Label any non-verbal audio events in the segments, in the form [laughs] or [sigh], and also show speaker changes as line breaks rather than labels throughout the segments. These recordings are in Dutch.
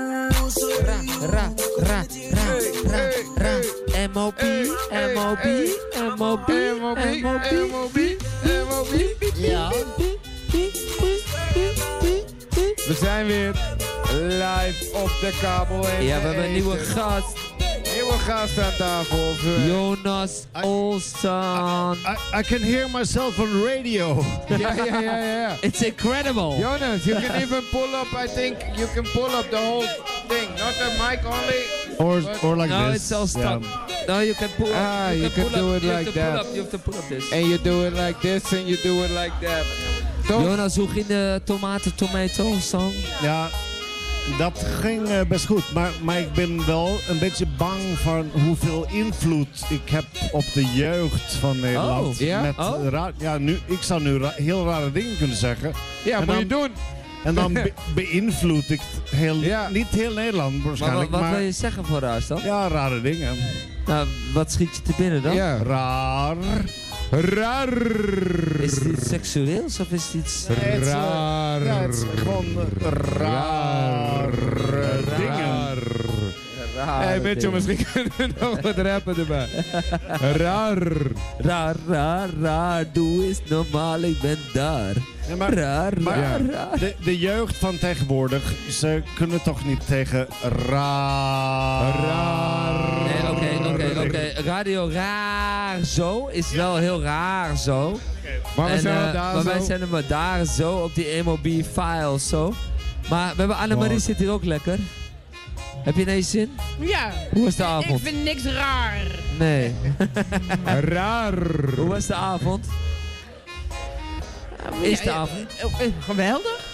Ra, ra, ra, ra, ra, ra. M.O.B. M.O.B. M.O.B. M.O.B.
Ja. We zijn weer live op de kabel. en
Ja, we hebben een nieuwe
eten.
gast.
nieuwe gast aan tafel. eh, Ver-
Jonas Olsson.
I, I can hear myself on radio.
Ja, ja, ja, ja. ja.
It's incredible.
[laughs] Jonas, you can even pull up. I think you can pull up the whole thing. Not the mic only.
Or,
But-
or like
No,
this.
it's all stuck.
Yeah.
No, Nou, you can pull up.
Ah, you can
pull
do
up.
it
you have
like
to
that.
Pull up. You have to pull up this.
And you do it like this and you do it like that. Toch?
Jonas, hoe ging de tomaten tomato song?
Ja, dat ging eh, best goed. Maar, maar ik ben wel een beetje bang van hoeveel invloed ik heb op de jeugd van Nederland.
ja?
Met
Oh.
ra- ja, nu, ik zou nu ra- heel rare dingen kunnen zeggen.
Ja,
En
moet je
dan-
doen.
En dan [laughs] be- beïnvloed ik heel,
Ja.
niet heel Nederland
Maar wat,
waarschijnlijk.
wat
Maar,
wil je zeggen voor raars dan?
ja, rare dingen.
Nou, wat schiet je te binnen dan?
Ja.
Raar.
Raar.
Is het iets seksueels of is het iets...
Het is, eh,
Raar.
Ja, het is gewoon eh, raar. Dingen.
Raar.
Hey, weet je, misschien kunnen we nog wat rappen erbij. Raar.
Raar, raar, raar. Doe eens normaal, ik ben daar.
Ja, maar-
Raar,
maar-
raar, raar.
De, de jeugd van tegenwoordig, ze kunnen toch niet tegen raar.
Raar.
Nee, oké,
Oh,
oké, oké. Radio raar zo is wel heel raar zo.
Maar we
En,
zijn
eh,
al daar
maar
zo.
wij zijn er maar daar zo op die MLB files zo. Maar we hebben Annemarie
Wow.
zit hier ook lekker. Heb je ineens zin?
Ja,
Hoe was de
ik
avond?
vind niks raar.
Nee.
Raar.
Hoe was de avond? Is de
Ja,
avond?
eh, eh, Geweldig.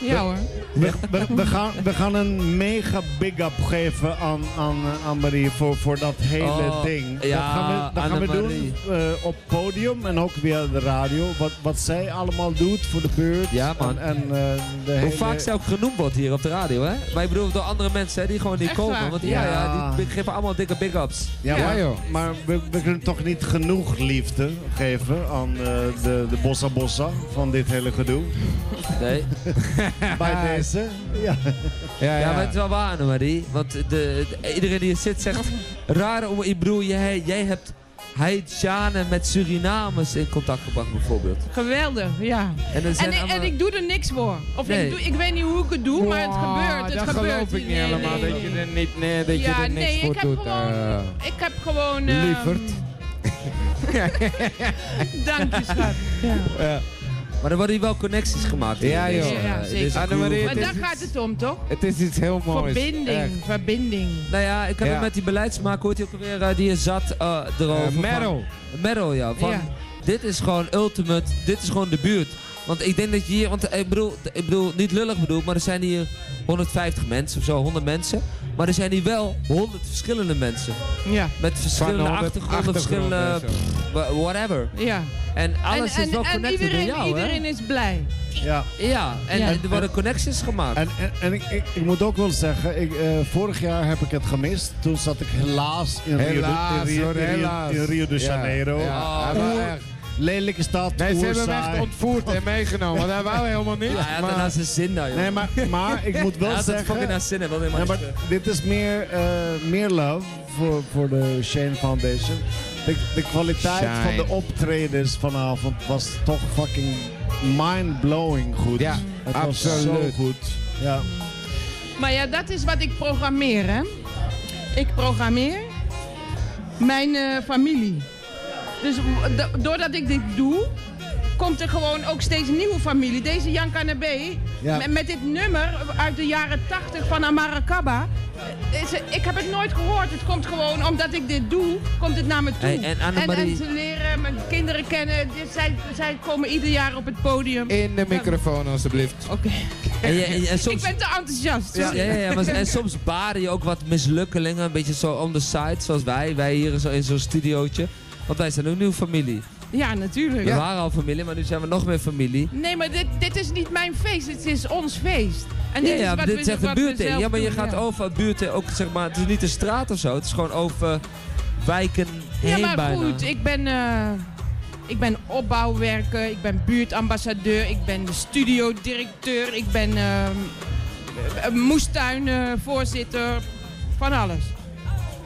Ja hoor.
We, we, we gaan, we gaan een mega big up geven aan, aan eh, Anne-Marie voor, voor dat hele
Oh,
ding. dat
ja,
gaan we, dat gaan we
Anne-Marie.
doen eh, op podium en ook via de radio. Wat, wat zij allemaal doet voor de buurt.
Ja, man.
En, en, eh, de
Hoe
hele-
vaak zij ook genoemd wordt hier op de radio, hè? Maar ik bedoel door andere mensen hè, die gewoon niet
Echt
komen.
waar?
Want ja,
Ja.
ja, die geven allemaal dikke big-ups.
Ja,
Ja,
maar,
joh.
maar we, we kunnen toch niet genoeg liefde geven aan eh, de, de bossa bossa van dit hele gedoe.
Nee.
Bij deze. Ja.
Ja,
Ja, maar
ja.
het is wel waar, Annemarie. Want de, de- iedereen die hier zit zegt... Raar, om- ik bedoel, jij, jij hebt Haitianen met Surinamers in contact gebracht, bijvoorbeeld.
Geweldig, ja.
En, er
En
zijn
ik, en
allemaal-
ik doe er niks voor. Of
Nee.
ik, doe, ik weet niet hoe ik het doe, maar het gebeurt. Het
dat
gebeurt.
geloof ik niet
Nee,
helemaal,
nee,
dat je
nee.
er, niet, nee, dat
Ja,
je er niks
nee,
voor
ik heb
doet.
gewoon-
eh.
Ik heb gewoon... ehm,
Lieverd.
Dank je,
[laughs]
schat. Ja.
Ja.
Maar er worden hier wel connecties gemaakt.
Ja,
in deze,
joh.
eh,
Ja,
in
zeker.
deze crew.
Annemarie,
Maar
Het is
daar
iets-
gaat het om, toch?
Het is iets heel moois. echt.
Verbinding, verbinding.
Nou ja, ik heb
Ja.
het met die beleidsmaker, hoort hij ook alweer, eh, die je zat eh
Eh,
erover. van-
metal.
Meryl, ja. Van,
Ja.
Dit is gewoon ultimate, dit is gewoon de buurt. Want ik denk dat je hier, want eh, ik bedoel, ik bedoel niet lullig bedoel, maar er zijn hier 150 mensen of zo, 100 mensen. Maar er zijn hier wel 100 verschillende mensen.
Ja.
Met verschillende
honderd
achtergronden, verschillende
achtergronden en
pff, wa- whatever.
Ja.
En
En,
alles is
en,
wel
en
connected
iedereen,
door jou,
iedereen is blij.
ja.
hè? Ja, en,
Ja.
en er worden connecties gemaakt.
En, en, en ik, ik, ik moet ook wel zeggen, ik, eh, vorig jaar heb ik het gemist. Toen zat ik helaas in Rio de, in
Helaas,
Rio,
hoor,
in Rio-
helaas.
in Rio de
Ja,
Janeiro.
ja,
Oer-
hij wou echt-
Lelijke stad,
Nee, ze hebben hem
oerzaai.
echt ontvoerd
[laughs]
en meegenomen. Want hij wou helemaal niet.
Ah, hij had
maar-
het naar zijn zin daar, joh.
Nee, maar, maar ik moet
[laughs]
wel
hij had het
zeggen...
fucking naar zin, hij wilde
Nee,
helemaal
maar
niet.
dit is meer, eh, meer love voor, voor de Shane Foundation. De, de kwaliteit
Shine.
van de optredens vanavond was toch fucking mind-blowing goed.
Ja,
Het was zo
absoluut.
goed. Ja.
Maar ja, dat is wat ik programmeer, hè. Ik programmeer mijn eh, familie. Dus w- da- doordat ik dit doe, komt er gewoon ook steeds nieuwe familie. Deze Jan Canabé,
Ja.
met, met dit nummer uit de jaren 80 van Amarakaba. Is, ik heb het nooit gehoord. Het komt gewoon, omdat ik dit doe, komt het naar me toe.
Hey, en
en,
Annemarie-
ze leren mijn kinderen kennen. Dit- Zij, zij komen ieder jaar op het podium.
In de microfoon, alstublieft.
Oké.
Eh. En, je- en- en soms
[laughs] Ik ben te enthousiast.
Ja, ja, ja, maar, en soms baren je ook wat mislukkelingen, een beetje zo on the side, zoals wij. Wij hier zo in zo'n studiootje. Want wij zijn ook nieuw familie.
Ja, natuurlijk.
We waren al familie, maar nu zijn we nog meer familie.
Nee, maar dit, dit is niet mijn feest, het is ons feest. En
Ja,
dit
ja,
is wat
dit
we,
is echt
wat
een
we
buurt in.
zelf
Ja, maar je
doen,
gaat
ja.
over buurten ook, zeg maar, het is niet een straat of zo. Het is gewoon over wijken
Ja,
heen
maar
bijna.
goed, ik ben, eh, ik ben opbouwwerker, ik ben buurtambassadeur, ik ben de studiodirecteur, ik ben ehm, eh, moestuinvoorzitter, voorzitter, van alles.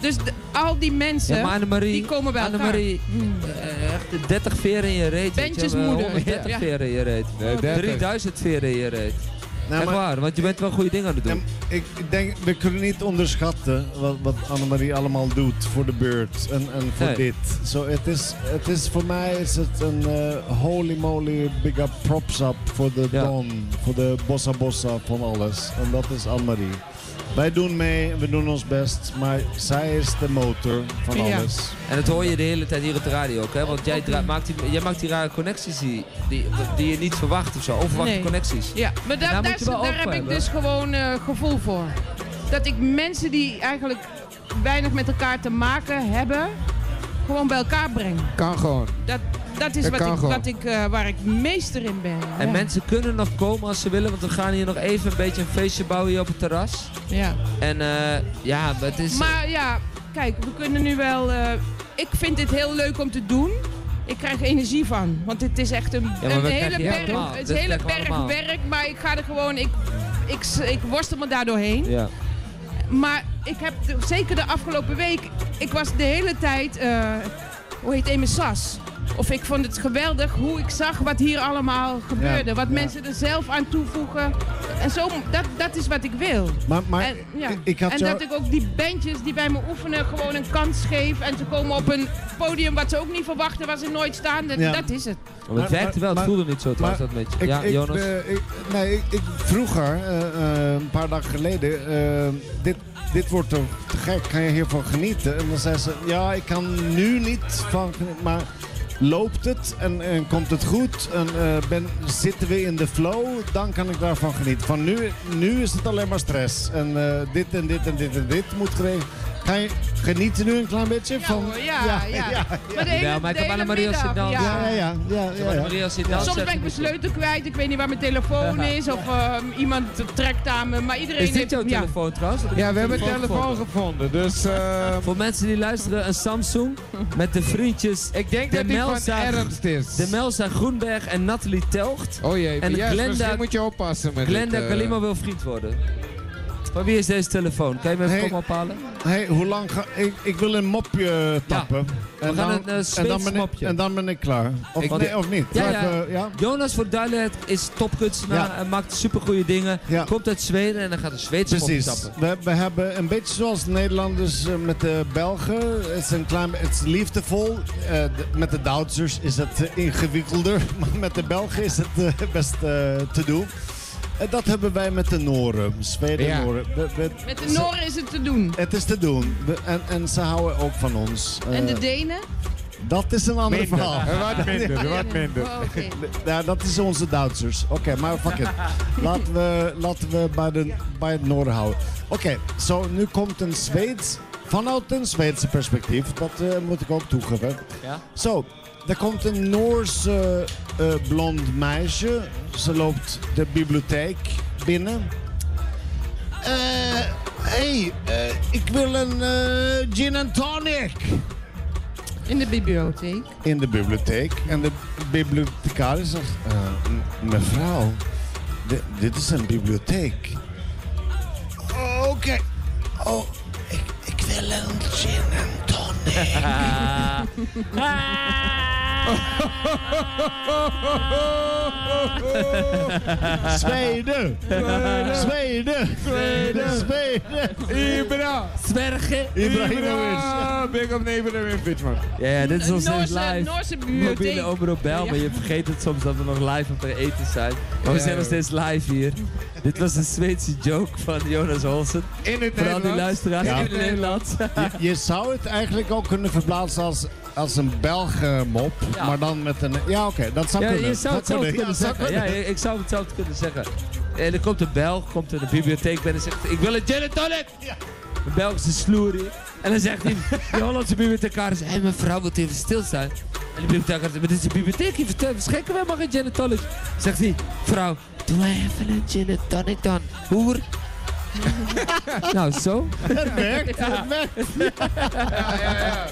Dus d- al die mensen,
Ja, maar Annemarie,
die komen bij elkaar.
Annemarie, eh, echt 30 veren in je reet. weet je
Bentjes
wel, [laughs]
moeder.
130
Ja.
veren in je reet.
Nee, 30.
3000 veren in je reet.
Nou,
echt
maar-
waar, want je bent wel goede dingen aan het doen.
En ik, ik denk, we kunnen niet onderschatten wat, wat Annemarie allemaal doet voor de beurt en, en voor
Nee.
dit. Zo, het is, het is voor mij is het een eh, holy moly big up props up voor de
Ja.
Don, voor de bossa bossa van alles. En dat is Annemarie. Wij doen mee, we doen ons best, maar zij is de motor van
Ja.
alles.
En dat hoor je de hele tijd hier op de radio ook, hè? Want jij, dra- maakt die, jij maakt die rare connecties die, die, die je niet verwacht of zo. Onverwachte
Nee.
connecties.
Ja, maar da-
En daar
daar,
moet je wel
daar
oog
heb
voor
ik
hebben.
dus gewoon eh, gevoel voor. Dat ik mensen die eigenlijk weinig met elkaar te maken hebben, gewoon bij elkaar breng.
Kan gewoon.
Dat, dat is
Dat
wat
kan
ik,
gewoon.
wat ik, eh, waar ik meester in ben.
En
ja.
mensen kunnen nog komen als ze willen, want we gaan hier nog even een beetje een feestje bouwen hier op het terras.
Ja.
En eh, ja, het is...
Maar ja, kijk, we kunnen nu wel... eh, ik vind dit heel leuk om te doen. Ik krijg energie van. Want het is echt een,
maar
een
we
hele
krijgen die
berg,
allemaal.
het
Dit
is hele
krijgen we
berg
allemaal.
werk. Maar ik ga er gewoon... Ik, ik, s- ik worstel me daar doorheen.
Ja.
Maar ik heb de- zeker de afgelopen week... Ik was de hele tijd... eh, hoe heet Amy Sas? Of ik vond het geweldig hoe ik zag wat hier allemaal gebeurde. wat
ja.
mensen er zelf aan toevoegen. En zo, dat, dat is wat ik wil.
Maar, maar
En, ja.
ik, ik had
en
jou-
dat ik ook die bandjes die bij me oefenen gewoon een kans geef. En ze komen op een podium wat ze ook niet verwachten, waar ze nooit staan. Dat,
Ja.
dat is het.
Maar het
Maar-
werkte wel, het
maar-
voelde niet zo trouwens,
maar
dat met je.
Ik,
Ja,
ik,
Jonas?
eh, ik- nee, ik, ik- vroeger, eh, eh, een paar dagen geleden, eh, dit, dit wordt toch te gek, kan je hiervan genieten? En dan zei ze, ja, ik kan nu niet van genieten, maar loopt het en, en komt het goed en eh, ben, zitten we in de flow, dan kan ik daarvan genieten. Van nu, nu is het alleen maar stress en eh, dit en dit en dit en dit moet geregeld. Kan je genieten nu een klein beetje?
Ja
van,
hoor, ja, ja.
[laughs]
Maar de hele,
Ja, maar ik
de
heb
hele
Annemarie als
middag,
danser.
ja, ja, ja, ja, ja,
Maar
ja.
Maria zit daar
Soms
ontzettend
ben ik mijn
goed in.
sleutel kwijt, ik weet niet waar mijn telefoon is of ehm, iemand trekt aan me, maar iedereen
Is dit
heeft...
jouw
ja.
telefoon trouwens? Heb ik
Ja,
een
we hebben een telefoon
gevonden?
gevonden. Dus eh,
Voor mensen die luisteren, een Samsung met de vriendjes
ik denk
De
dat die van
Melza-
Ernst is.
de Melza Groenberg en Nathalie Telgt.
oh jee,
en
en
Glenda-
misschien moet je oppassen met
Glenda
dit, eh.
Kalima wil vriend worden. Van wie is deze telefoon? Kan je me even
Hey.
komen ophalen?
Hey, hoe lang ga ik? Ik wil een mopje tappen.
gaan een, eh,
en, dan
Zweeds
ben ik,
mopje.
en dan ben ik klaar. Of,
Ik-
nee, of niet?
Ja,
Laat,
ja.
eh, ja?
Jonas, voor de duidelijkheid, is topkunstenaar
Ja.
en maakt supergoeie dingen.
Ja.
Komt uit Zweden en dan gaat een Zweedse mopje
Precies.
tappen.
We, we hebben een beetje zoals Nederlanders eh, met de Belgen. Het is, een klein, het is liefdevol. Eh, de- met de Duitsers is het eh, ingewikkelder. [laughs] Maar met de Belgen is het eh, best eh, te doen. En dat hebben wij met de Noren. Zweden
Ja.
Noren. We- we-
Met de
ze-
Noren is het te doen.
Het is te doen. We- en, en ze houden ook van ons.
En de
Eh,
Denen?
dat is een ander
Minder.
verhaal.
Eh, Wat minder, wat minder.
Oh, oké.
Ja, dat is onze Duitsers. Oké, maar fuck it. Laten we, laten we bij, de, bij het noorden houden. Oké, zo nu komt een Zweeds. Vanuit een Zweedse perspectief, dat eh, moet ik ook toegeven.
Ja?
Zo, er komt een Noorse eh, blond meisje. Ze loopt de bibliotheek binnen. Hé, hey, eh, ik wil een eh, gin and tonic
In de bibliotheek.
in de bibliotheek. En de bibliothecaris zegt, eh, m- mevrouw, di- dit is een bibliotheek. Oké. Oh, ik, ik wil een gin en [laughs] tonic. Zweden. Zweden. Zweden. Zweden.
Ibra!
Zwergen!
Ibrahimovic.
Ibra! Big up Nederland, Pitchman.
Ja, ja, dit is
Een
ons steeds
Noorse,
live.
Noorse
Mobiele
bibliotheek.
omroep bel, maar je vergeet het soms dat we nog live aan het eten zijn.
Oh,
Maar we
Ja,
zijn nog
joh.
steeds live hier. Dit was een Zweedse joke van Jonas Holsen.
In het
Vooral die
Nederlands.
luisteraars
Ja.
in het Nederlands.
Je, je zou het eigenlijk ook kunnen verplaatsen als, als een Belgen mop.
Ja.
Maar dan met een... Ja, oké. dat zou
Ja,
kunnen.
je zou
Dat
het zelf
Ja,
kunnen
dat zou
zeggen. Ja,
kunnen.
ik zou het zelf kunnen zeggen. En er komt een Belg, komt in de bibliotheek binnen en zegt: Ik wil een gin and tonic! Een Belg is een sloerie. En dan zegt die, die Hollandse bibliothecaris: Hé, mevrouw, wilt u even stil zijn? En de bibliothecaris: Maar dit is een bibliotheek, hier vertel- schenken wij maar geen gin and tonic. Zegt hij: Vrouw, doe mij even een gin and tonic dan, hoer. [laughs] nou, zo.
Het werkt. Het werkt.
Ja, ja, ja.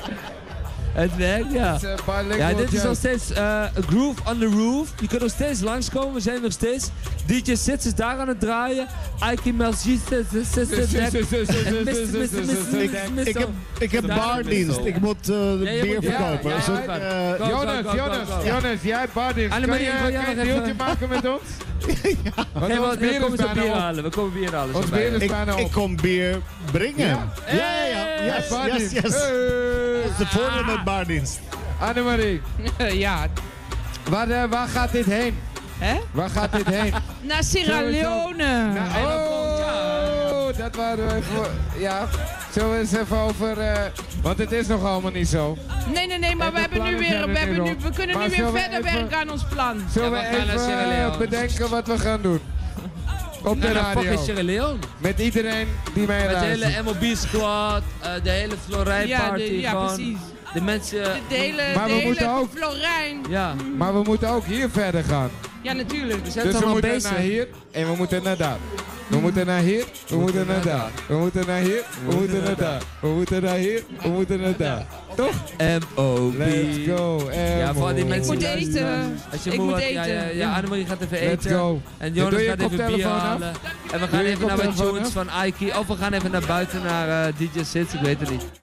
Het werkt, eh, ja.
It's a bilingual
Ja, dit is
jam.
nog steeds eh, A Groove on the Roof. Je kunt nog steeds langskomen. We zijn nog steeds. DJ Sits is daar aan het draaien. Ike Mel
Ik heb, ik heb
Daar
baardienst. Ik moet eh,
je
bier
moet- ja,
verkopen.
ja,
Dus
ja,
ik,
ja.
eh,
Go, go,
Jonas,
go, go,
Jonas,
go.
Jonas, jij Badis. Kan
Annemarie,
je
ik wil jou
kan je een
nog
deeltje
even-
maken met
[laughs]
ons? Want
Hey,
ons
wat,
bier
we
is
komen zo
bijna
bier
op.
halen. We komen bier halen. zo
Ons
bij.
bier is
ik,
bijna
ik
op.
kom bier brengen. Ja,
Ja?
ja, ja.
Hey!
Yes, yes,
Badis.
yes.
Hey.
Dat is de
Ah.
voordeel met baardienst.
Annemarie,
[laughs] ja.
waar, eh, waar gaat dit heen?
Hè?
Waar gaat dit heen?
Naar Sierra
Sowieso.
Leone.
Nou, oh, dat waren we even... Ja, zullen we eens even over... eh, want het is nog allemaal niet zo.
Nee, nee, nee, maar
En
we
de
hebben nu
plannen
weer,
zijn
we,
er
hebben
nu
nu,
nog.
we kunnen
Maar
nu weer
zullen we
verder
even-
werken aan ons plan.
Zullen
Ja, we
we
gaan naar
even
Sierra
eh,
Leone. Nou,
bedenken wat we gaan doen? Op de
Naar de
radio.
fucking Sierra Leone.
Met iedereen die mij
Met de
luistert.
hele MLB squad, eh, de hele
Ja,
Florij-party.
de- ja,
gewoon.
precies.
De mensen...
De de hele,
Maar
de
we moeten
hele
ook-
Florijn.
Ja.
Maar we moeten ook hier verder gaan.
Ja, natuurlijk.
We zijn
Dus
toch
we
al
moeten
bezig.
naar hier en we moeten naar daar. We moeten naar hier, we moeten naar daar. We moeten naar hier, we moeten naar daar. We moeten naar hier, we moeten naar daar. Toch?
M.O.B.
Let's go.
Ja, voor al die
Ik
mensen
moet
die
eten.
Als je
Ik
moe
moet
wordt, ja, ja,
eten.
ja, Annemarie gaat even
Let's
eten.
go.
En
Doe
Jonas
je
gaat even bier
koptelefoon af.
halen. En we
Doe
gaan
je
even naar wat
koptelefoon
tunes
af.
van Ike. Of we gaan even naar buiten naar eh, DJ Sits, ik weet het niet.